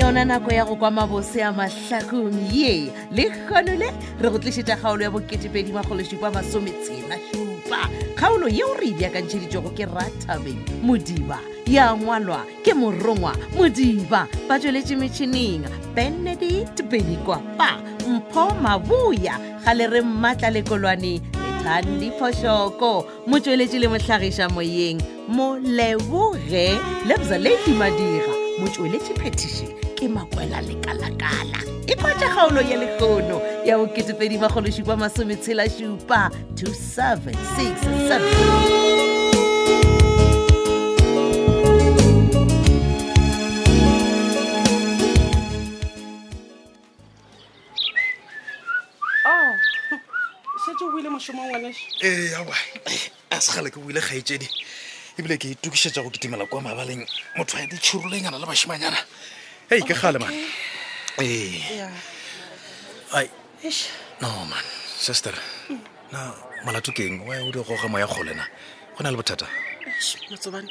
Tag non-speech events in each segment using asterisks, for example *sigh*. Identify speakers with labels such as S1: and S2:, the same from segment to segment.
S1: gona nako ya go kwa mabose a mahlakong ye le kgonole re go tlišetša kgaolo ya bo2edimagolosupa masometshela šupa kgaolo yeo re ebjakantšheditšego ke ratabeng modiba ya ngwalwa ke morongwa modiba ba tsweletše metšhineng benedict benikwapa mpho mabuya ga le re mmatla lekolwane thandi phošoko motsweletši le mohlagiša moyeng moleboge lebza lady madira motsweletši phetiši ke makwela lekalakala e kwatša kgaolo ya lekgono ya bo 2edimagolosupa masometshela šupa 2767
S2: ao shetse o ile mošomong ngwaneso
S3: ee Ah, aa a segale ke boile kgaetsedi ebile ke itukišetša go kitimela kwa mabaleng motho a ditšhiroleng a na le bašimanyana hei ke kgale man ee ai no man sister na molato ke eng wy o di goga moya kgolena go na le bothata
S2: matsobane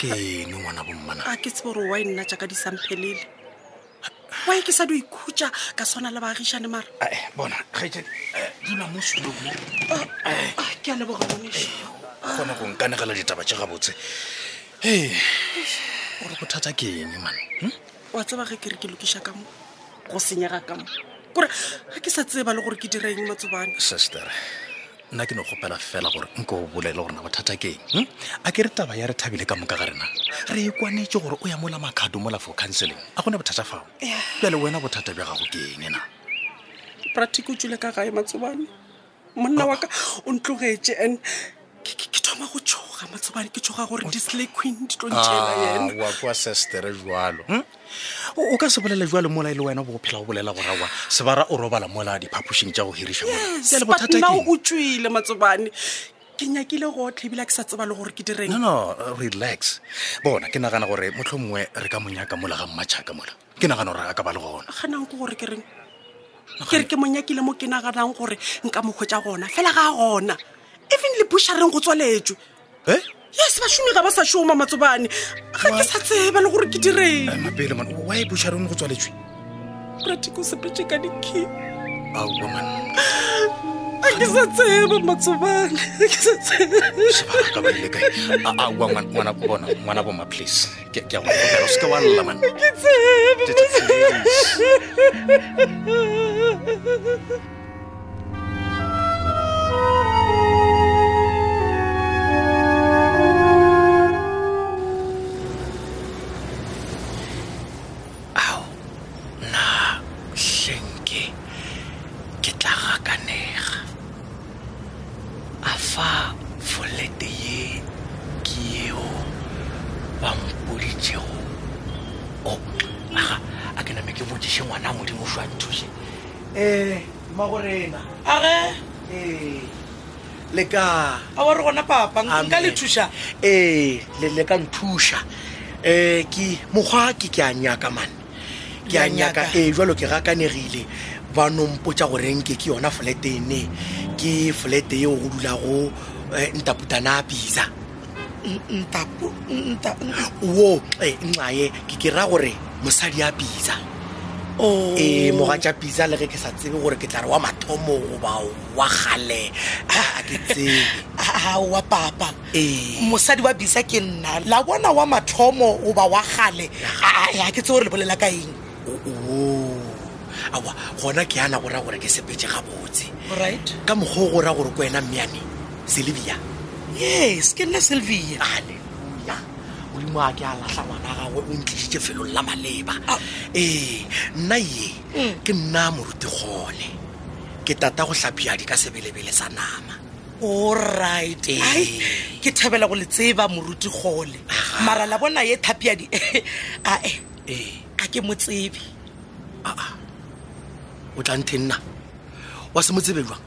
S3: ke eng ngwana bommana
S2: a ke tsebo gore wi nna jaaka di samphelele wi ke sa di ikhutsa ka tshwana le baagišane mara
S3: Ai, bona kgaetsedi dula mo setulong mo
S2: A, Ah, ke a leboga ngwaneso
S3: kgona go nkanegela ditaba tše gabotse ee gore bothata ke eng man hm?
S2: wa tseba ge ke re ke lokiša ka mo go senyega ka mo kore ga ke sa tseba le gore ke direng matsobane
S3: sister nna ke no gopela fela gore nko o bolele gorena bothata ke eng hm? a ke re taba ya re thabile ka moka ga rena re e kwanetse gore o ya mola makhado mola for counseling a gona bothata fao
S2: Yeah.
S3: pele wena bothata bja gago ke eng na
S2: practic o tswile ka gae matsobane monna wa ka o ntlogetse and ke- ke ke thoma go tshoga matsobane ke tshoga gore dislay queen di tlo ntšhela
S3: Ah.
S2: yena
S3: wa
S2: *laughs*
S3: kwa sestere jalo o o ka se bolela jalo mola e le wena bo o phela o bolela gore awa sebara o robala mola diphapošing tša go hiriša mola. Jwale bothata ke
S2: nao
S3: eng?
S2: o tswile matsobane ke nyakile gotlhe ebile a ke sa tseba le gore ke direng
S3: no no relax bona ke nagana gore motlho mongwe re ka monyaka mola ga mmatšhaka mola ke nagana gore a ka ba le gona
S2: ganang ko gore ke reng ke re ke monyakile mo ke naganang gore nka mokgwetsa gona fela ga a gona even le bushareng go tswaletswe
S3: e
S2: yes bašomi ga ba sa šoma matsobane ga ke sa tseba le gore ke direng
S3: mapele man wa e bušhareng go tswaletswe
S2: pratiko sepetse ka diki
S3: aowa man
S2: a ke sa tseba matsobane a ke sa tseba
S3: sebaka ba ile kae aowa ngwana bona ngwana boma please ke ke a go kopela o seke wa lla man
S2: ke tseba
S3: Tete, please. ao na hlenke ke tla gakanega a fa folete ye ke yeo ba mpoditšego o aga a ke name ke botsiše ngwana a modimo jwa nthuse um mmagorena
S4: age
S3: ee le ka
S4: a wa re gona papa nka le
S3: Amen.
S4: thuša
S3: ee le le ka nthuša um ke mokgwa ke ke a nyaka mane ke a
S4: Le a
S3: nyaka
S4: nyaka.
S3: ee jalo ke gakanegile ba nompotsa goreng ke ke yona folete ene ke folete eo go dulago eh, ntaputana a bisa
S4: ntapo nta
S3: wo e nxaye ke ke ra gore mosadi a bisa
S4: o
S5: E,
S3: ee mogatša bisa le ge ke sa tsebe gore ke tla re wa mathomo goba wa gale a ke tsebe
S4: *laughs*
S3: E.
S4: a wa papa
S3: ee
S4: mosadi wa bisa ke nna la bona wa mathomo goba wa gale a ke tse gore le bolela ka eng
S3: oo awa gona ke ana go ra gore ke sepetse gabotse
S4: right
S3: ka mokgwa o go ra gore ko wena mmeane selebia
S4: yes ke nna sylvia
S3: aleluya modimo a ke a latlha ngwana gagwe o ntlišitše felong la maleba
S4: Ah. Mm.
S3: ee nna ye ke nna moruti kgole ke tata go tlhapiadi ka sebelebele sa nama
S4: allright
S5: E.
S3: Ee.
S4: ai ke thabela go le tseba moruti gole
S3: Aga.
S4: mara la bona ye thapiadi *laughs* ae
S3: ee
S4: a ke mo tsebe
S3: o tla nthe nna wa se mo tsebe jwang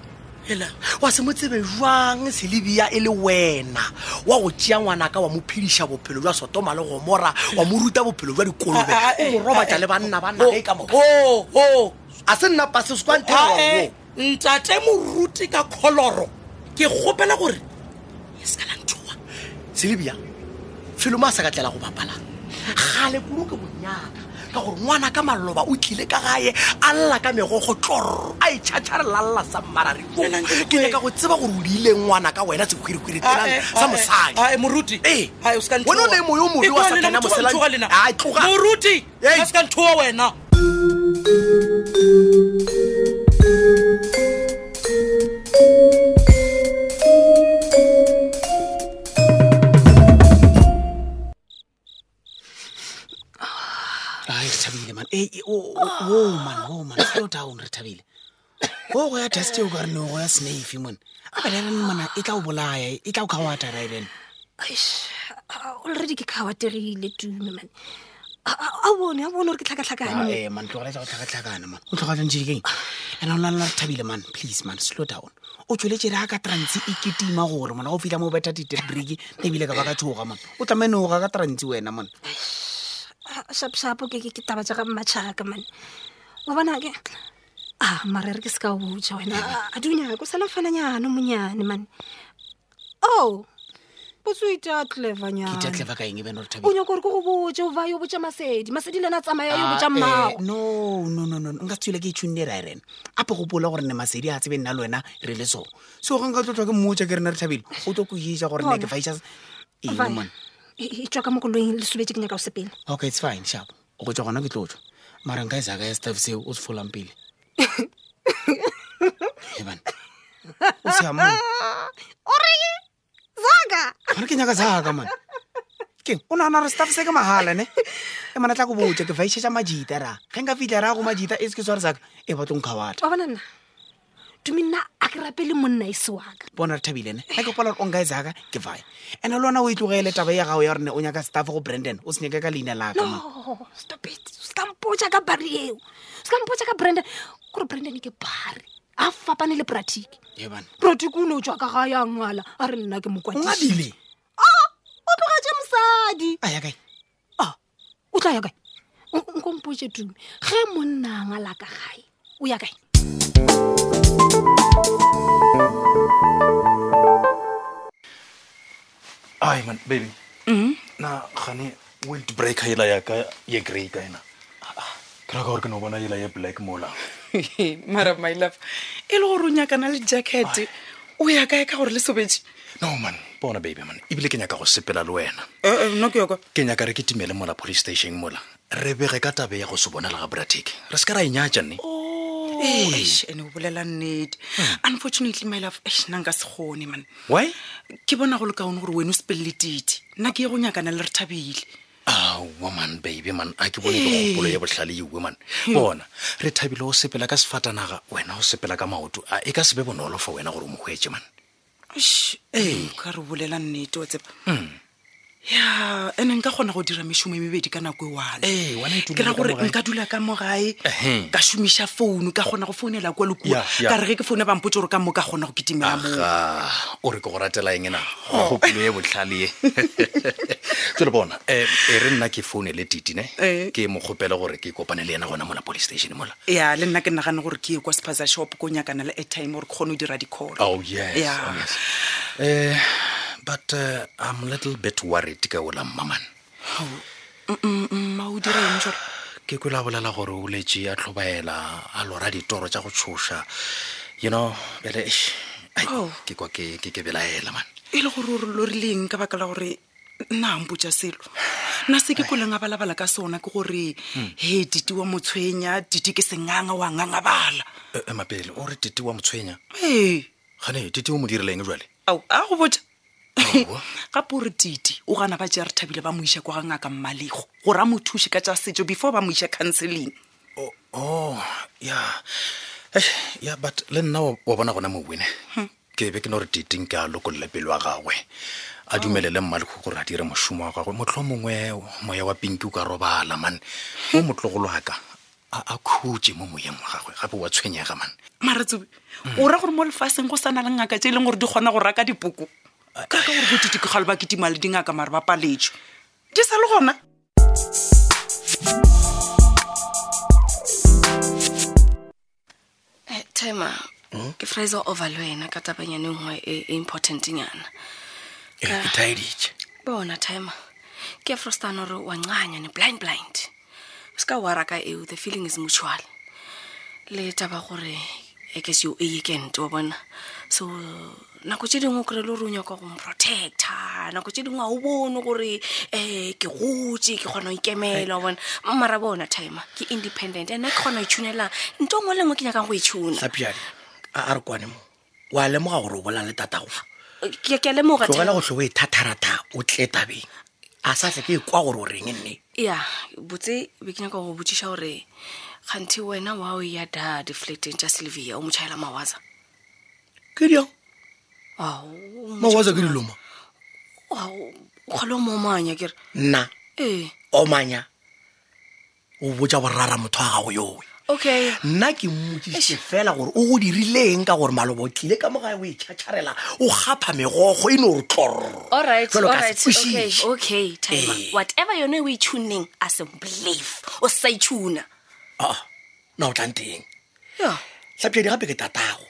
S4: hela
S3: wa se mo tsebe jwang selebia e le wena wa go tšea ngwanaka wa mo phediša bophelo jwa sotoma le gomora wa mo ruta bophelo jwa dikolobe
S4: Ah, ah,
S3: o mo
S4: eh,
S3: robatša
S4: ah,
S3: le
S4: eh,
S3: banna bannae ka moka
S4: ho ho
S3: a se nna pase se
S4: oh, ae eh.
S3: kwantheo
S4: ntate moruti ka kholoro ke kgopela gore e se ka la nthoa
S3: selebia felo mo a sa ka tlela go bapala
S5: gale kuno ke bonyaka ka gore ngwana ka maloba o tlile ka gae a lla ka megogo tlorro
S3: e
S5: a itšhatšharelalla sa mmarare ke nyaka go tseba gore o diile ngwana ka wena sekhwirikhwiri
S4: Ah, eh,
S5: tsenang sa mosadi
S2: ae moruti
S5: Ee.
S2: Ae, o ska ntshoha.
S5: Wena o le moyo
S4: E,
S5: mobe wa
S2: Ikwane le
S5: Satana
S2: motho wa
S5: mosela-
S2: ntshoga lena.
S5: Ae, tloga.
S2: moruti
S5: Ei.
S2: a se ka nthoa wena
S6: ai re thabile man o oh, man o man slow down re thabile o go Oh, ya dust eo ka re no go ya snafe mone a belelane mona e tla o bolaya e tla o kgawata raelen
S7: Eish, a- a- already ke kgawategile tume man a a- a bone a bone gore ke tlhakatlhakane
S6: ae man tlogalaetsa go tlhakatlhakana man o tlhogatlantšhedikeng and o lanela re thabile man please man slow down o tsweletse re aka trance e ketima gore mona o fitlha mo o betha ditebreke ebile ka ba ka tshoga mona o tlamenoga ka trance wena mona
S7: sapsapo ke ke- ke taba tsa ka mmatšhaka man wa bona ke a marere ke se ka o botsa wena A- a dunyako sala fananyana monyane man o botse Oh, o ita
S6: itatle
S7: clevernyana
S6: ba kaeng e beno re thabile
S7: o nyako gore ke go botse o ba yo botsa masedi masedi le ena a tsamaya yo botsa mmago
S6: Ah, eh, no no no no nka tswile ke itshunne ra e rena ape gopola gore ne masedi a tsebe nna le wena re le so so ga nka tlotlwa ke mmotsa ke re na re tlhabile o tlo ko isa gore nne ke
S7: Bona.
S6: faisa
S7: Vane,
S6: engmon
S7: e e tswa ka mokoloing le sobetse ke nyaka o sepele
S6: okay it's fine sharp o go tswa gona ke tlotswa mara nka isaka ya staff seo o se
S7: *laughs*
S6: folang pele eban o seamone
S7: o reng zaka
S6: gona ke nyaka saka mone keng o nagana re staff se ke mahala ne e mana tla ko botsa ke faišetša majita ra ge nka fitlha ra go majita e se ke sware saka e batlong kgawata
S7: wa bona nna tumi nna a ke rapele monna e se waka
S6: bona re thabile ne ga ke gopola gore o nka e zaka ke fae ande le ona o itlogele taba ya gago ya gorene o nyaka staff go brandon o senyake ka leina laka man
S7: no stop it se ka mpotsa ka bari eo se ka mpotsa ka brandon kore brandon ke bari a fapane le pratiki
S6: ebane
S7: pratiki o ne o tswa ka ga ya ngwala a re nna ke
S6: o ngadile
S7: o tlogatse mosadi
S6: a yakae
S7: a o tla ya kae O- nko mpotse tumi ge monna a ngala ka gae o ya kae
S3: ai man baby na gane wild breaker ela yaka ye grey ka ena ke raka gore ke no bona ela ye black mola
S2: *laughs* mara my love e le gore o nyakana le jacket o ya kae ka gore le sobetse
S3: no man bona baby man ebile ke nyaka go sepela le wena
S2: Eh, nna ke yoko
S3: ke nyaka re ke timele mola police station mola re bege ka tabe ya go se bona le ga brateke re se ka ra enyatša nne
S2: ande o bolela nnete unfortunately my love eish, nna nka se kgone man
S3: why
S2: ke bona go le kaone gore wena o sepelele tite nna ke ye go nyakana le re thabile
S3: aowa man baby man a ke bone le gopolo ya botlhale euwe man bona re thabile o sepela ka sefatanaga wena o sepela ka maoto a e ka se be bonolo fa wena gore o mo hwetse man
S2: Eish, ka re o bolela nnete wa tseba
S3: Hmm.
S2: ya ande nka kgona go dira mešomo e mebedi ka nako e
S3: Ee, wena
S2: one
S3: e dulele
S2: ke ra
S3: ka
S2: gore
S3: mo gae.
S2: nka dula ka mo gae
S3: Ehe.
S2: ka šomiša founu ka kgona go founela kwa le kua
S3: Ya, ya.
S2: ka re ge ke foune bampotse gore ka mo ka kgona go ketimela moo
S3: aga Ah, o re ke go ratela eng ena gopolo ye *laughs* botlhale e tsele bona um e re nna ke foune le titine
S2: Eh.
S3: ke mo kgopele gore ke kopane le ena gona mola police station mola
S2: ya le nna ke nagane gore ke ye kwa sephaza shop ko nyakana le airtime gore ke kgone go dira di-call
S3: oh yes,
S2: Yeah.
S3: oh, yes. Uh, but uh, i'm little bit worried ka ola mmaman
S2: mma mm, o dira eng jore
S3: ke kwele a bolela gore o letse a tlhobaela a lora ditoro tša go tshoša you know bele eish, ai,
S2: Oh.
S3: ke kwa ke ke- ke belaela man
S2: e le gore o re lorileng ka baka la gore nna mpotsa selo nna se ke koleng a balabala ka sona ke gore he dite wa motshwenya dite ke senganga wa ngangabala
S3: Eh, eh, mapele o re tete wa motshwenya
S2: ee
S3: gane tete o mo dirileng jale
S2: ao a go botsa *laughs*
S3: Aowa.
S2: gape ore tite o gana ba jea re thabile ba mo isa kwa gangaka mmalego gore a mo thuse ka tsa setso before ba mo isa counseling
S3: o o, ya Eish, ya Eh, but le nna wa wa bona gona mowene ke be ke no re teteng ke a lokolole pelo wa gagwe a dumelele mmaleko gore a dire mošomo wa gagwe motlho mongwe moya wa pinki o ka robala man o motlogolo aka a a khutse mo moyeng wa gagwe gape wa tshwenyega man
S2: maratsobe o ra gore mo lefaseng go sana le ngaka tse e leng gore di kgona go raka dipoko ka ka gore botite ke gale ba ketima le dingaka mare ba paletswe di sa le gona
S8: Eh, timer ke fraser over le wena ka e
S3: Eh,
S8: tabanyane nngwe e e important nyana
S3: e taeditše
S8: bona timer
S7: ke frostan ore wa ncanya ne blind blind o se ka waraka eo the feeling is mutual le taba gore ekes yo e kent wa bona so nako tse dingwe o kry-e le gore o nyaka go mprotecta nako tse dingwe ga o bone gore um ke gotse ke kgona go ikemela wa bona mmara bona timer ke independent and nna ke kgona go itshunela nto ngwe le ngwe ke nyakang go e tshuna
S3: tlhapiane a a re kwane mo oa lemoga gore o bolang le tatago
S7: ke ke a lemoga
S3: tlogela
S7: Thabo.
S3: go tlhobo e thatharata o tle tabeng a sa tle ke e kwa gore o reng nne
S7: ya botse be ke nyaka go botsiša gore kganthe wena wa o ya da deflecteng tša sylvia o motšhaela mawaza
S3: ke diang
S7: ao
S3: mawaza ke diloma
S7: o kgole o momanya kere
S3: nna
S7: ee
S3: omanya o botja borara motho wa gago yoe
S7: okay
S3: nna ke mmotsisitse fela gore o go dirileng ka gore maloba o tlile ka mogae o itšhatšharela o gapha megogo e ne ore tlorr
S7: alright
S3: Jwalo ka
S7: alright okay
S3: sepushiši.
S7: okay timer
S3: Eh.
S7: whatever yone o e tuneng a se believe o sa e ituna
S3: na o tlang teng
S7: ya
S3: tlhapjadi gape ke tatago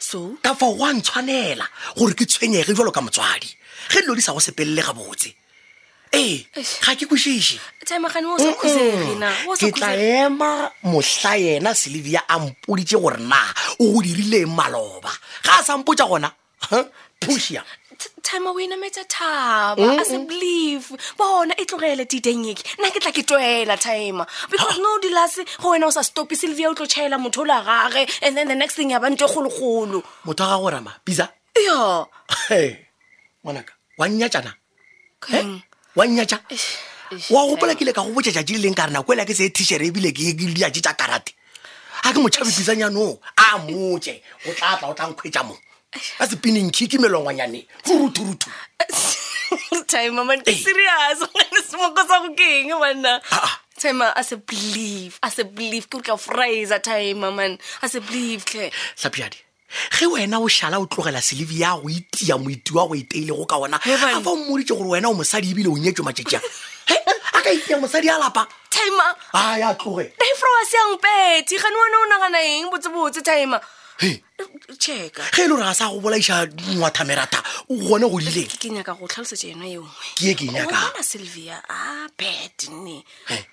S7: so
S3: ka fa wa ntshwanela gore ke tshwenyege jalo ka motswadi ge dilo di sa go sepelele gabotse ee
S7: Eish.
S3: ga ke kwešiše
S7: timegane o sa khusegena o sa
S3: Eh, ke tla e-
S7: khusege
S3: ema motlha yena sylvia a mpoditse gore na o go dirileng maloba ga a sa mpotsa gona pusia
S7: timer o inametsa thaba a se believe bona e tlogele didenyeke nna ke tla ke twela timer because no dilase go wena o sa stope sylvia o tlo tšhaela motho o la gage and then the next thing ya e bante kgologolo
S3: motho wa gago rama bisa
S7: yo
S3: He, ngwanaka wa nnyatšana
S7: keng
S3: wa nnyatša
S7: Eish, eish,
S3: wa gopola ke ile ka go botsa tšatši le leng ka rena kwela ke se tišhere ebile ke diatše tša karate a ke motšhabefisang yanong a motse o tla tla o tla nkgwetsa mo a sepinengkhi ke melongwanyane furuthurutu
S7: timer man ke
S3: Ei.
S7: serious *laughs* ngwana semoko sa go keng banna
S3: Ah, ah.
S7: timer a se believe a se believe ke gore ka fraser timer man a se believe tle
S3: tlhapiadi ge wena o šala o tlogela selebi ya go itia moiti wa go eteilego ka ona
S7: He
S3: a
S7: bane.
S3: fa o mmoditse gore wena o mosadi ebile o nyetswe matšetšang he a ka itia mosadi a lapa
S7: timer
S3: a ya tloge
S7: difroas yangpete gane wena o nagana eng botsebotse timer
S3: He.
S7: checka
S3: ge e le gore ga sa go bolaiša ngwathamerata o gone go dileng
S7: ke ke nyaka go tlhalosetsa yona e nngwe
S3: ke e ke
S7: Wa
S3: nyakang
S7: bona sylvia a bad ne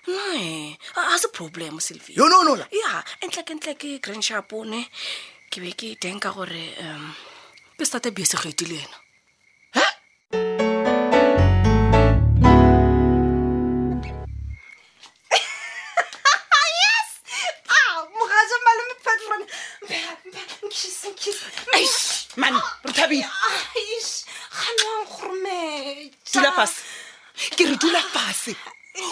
S7: nae ga se problem sylvia
S3: yo nonola
S7: ya entle ke ntle ke grand sharpone ne. ke be ke denka gore um ke state biesegeti le ena *laughs* Ah,
S2: mogaja malome patron nkise
S9: man re thabile
S7: Ah,
S2: ganang gorometa
S6: dula fase ke re dula fase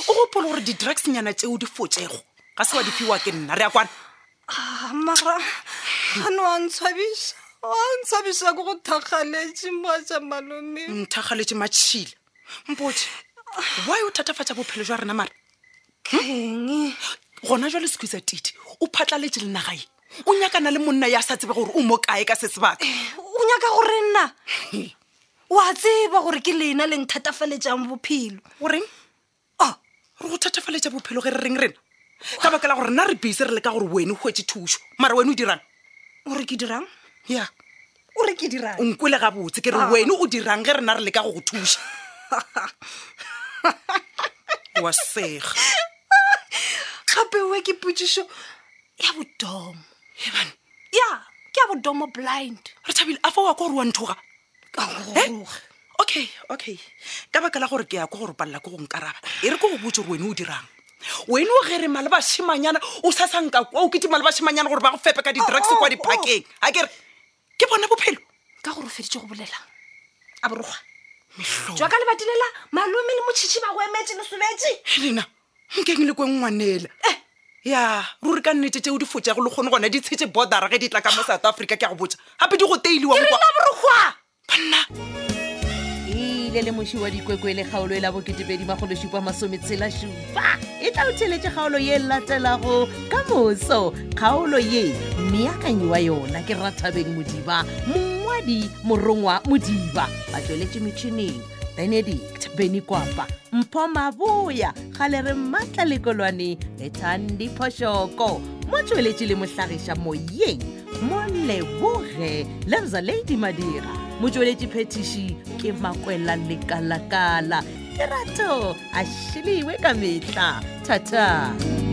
S6: o gopole gore di-drugsnyana tseo di fotsego ga se wa di fiwa ke nna re a kwana
S2: mara gane wa ntshwabiša wa ntshwabiša ke go thakgaletse mogaja malome
S6: Mm. nthagaletse matšhile mpote wy o thatafatsa bophelo jwa rena mare
S2: keng
S6: gona jwa le sekhwisa tite o phatlaletse lenagae o nyakana le monna ya sa tsebe gore o mo kae ka se sebaka
S2: o nyaka gore nna wa tseba gore ke lena le nthatafaletsang bophelo
S6: goreng a re go thatafaletsa bophelo ge re reng rena ka baka la gore nna re bise re le ka gore wene o hwetse thuso mara wene o dirang
S2: ore ke dirang
S6: ya
S2: ore ke dirang
S6: o nkwele gabotse ke re wene o dirang ge rena re le ka go go thusa wa sega
S2: gape we ke potsiso ya bodomo
S6: ebane
S2: ya ke ya bodomo blind
S6: re thabile a fa wa kwa gore wa nthoga Eh? okay okay ka baka la gore ke ya ko gore o palela ko go nkaraba e re ko go botse gore wene o dirang wene o gere ma le bašimanyana o sa sanka kwa o ketima le bašimanyana gore ba go fepe ka di-drugs
S2: Oh, oh,
S6: kwa di-parkeng a kere ke bona bophelo
S2: ka gore o feditse go bolelang a borogwa
S6: Mehlolo.
S2: jwa ka lebatilela malome le motšhitšhi ba go emetse lesobetse
S6: helena nkeng le kwe ngwanela ya ruri ka nnete tseo di fotsago le kgone gona di tshetse bordera ge di tla ka mo south africa ke a go botsa gape di go teiliwa mo kwa-
S1: ile le moši wa dikwekwe le kgaolo e la bo2edimagolosupa masometshelašupa e tla o theletše kgaolo ye e latelago ka moso kgaolo ye meakanyi wa yona ke rathabeng modiba mongwadi morongwa modiba a tsweletše metšhineng benedict benikwapa mpho maboya kgale re maatla lekolwane ethandi phošoko mo tsweletše le mohlagiša moyeng mo leboge lemza lady madira motsweletši phetiši ke makwela lekalakala lerato a šheliwe ka metla thata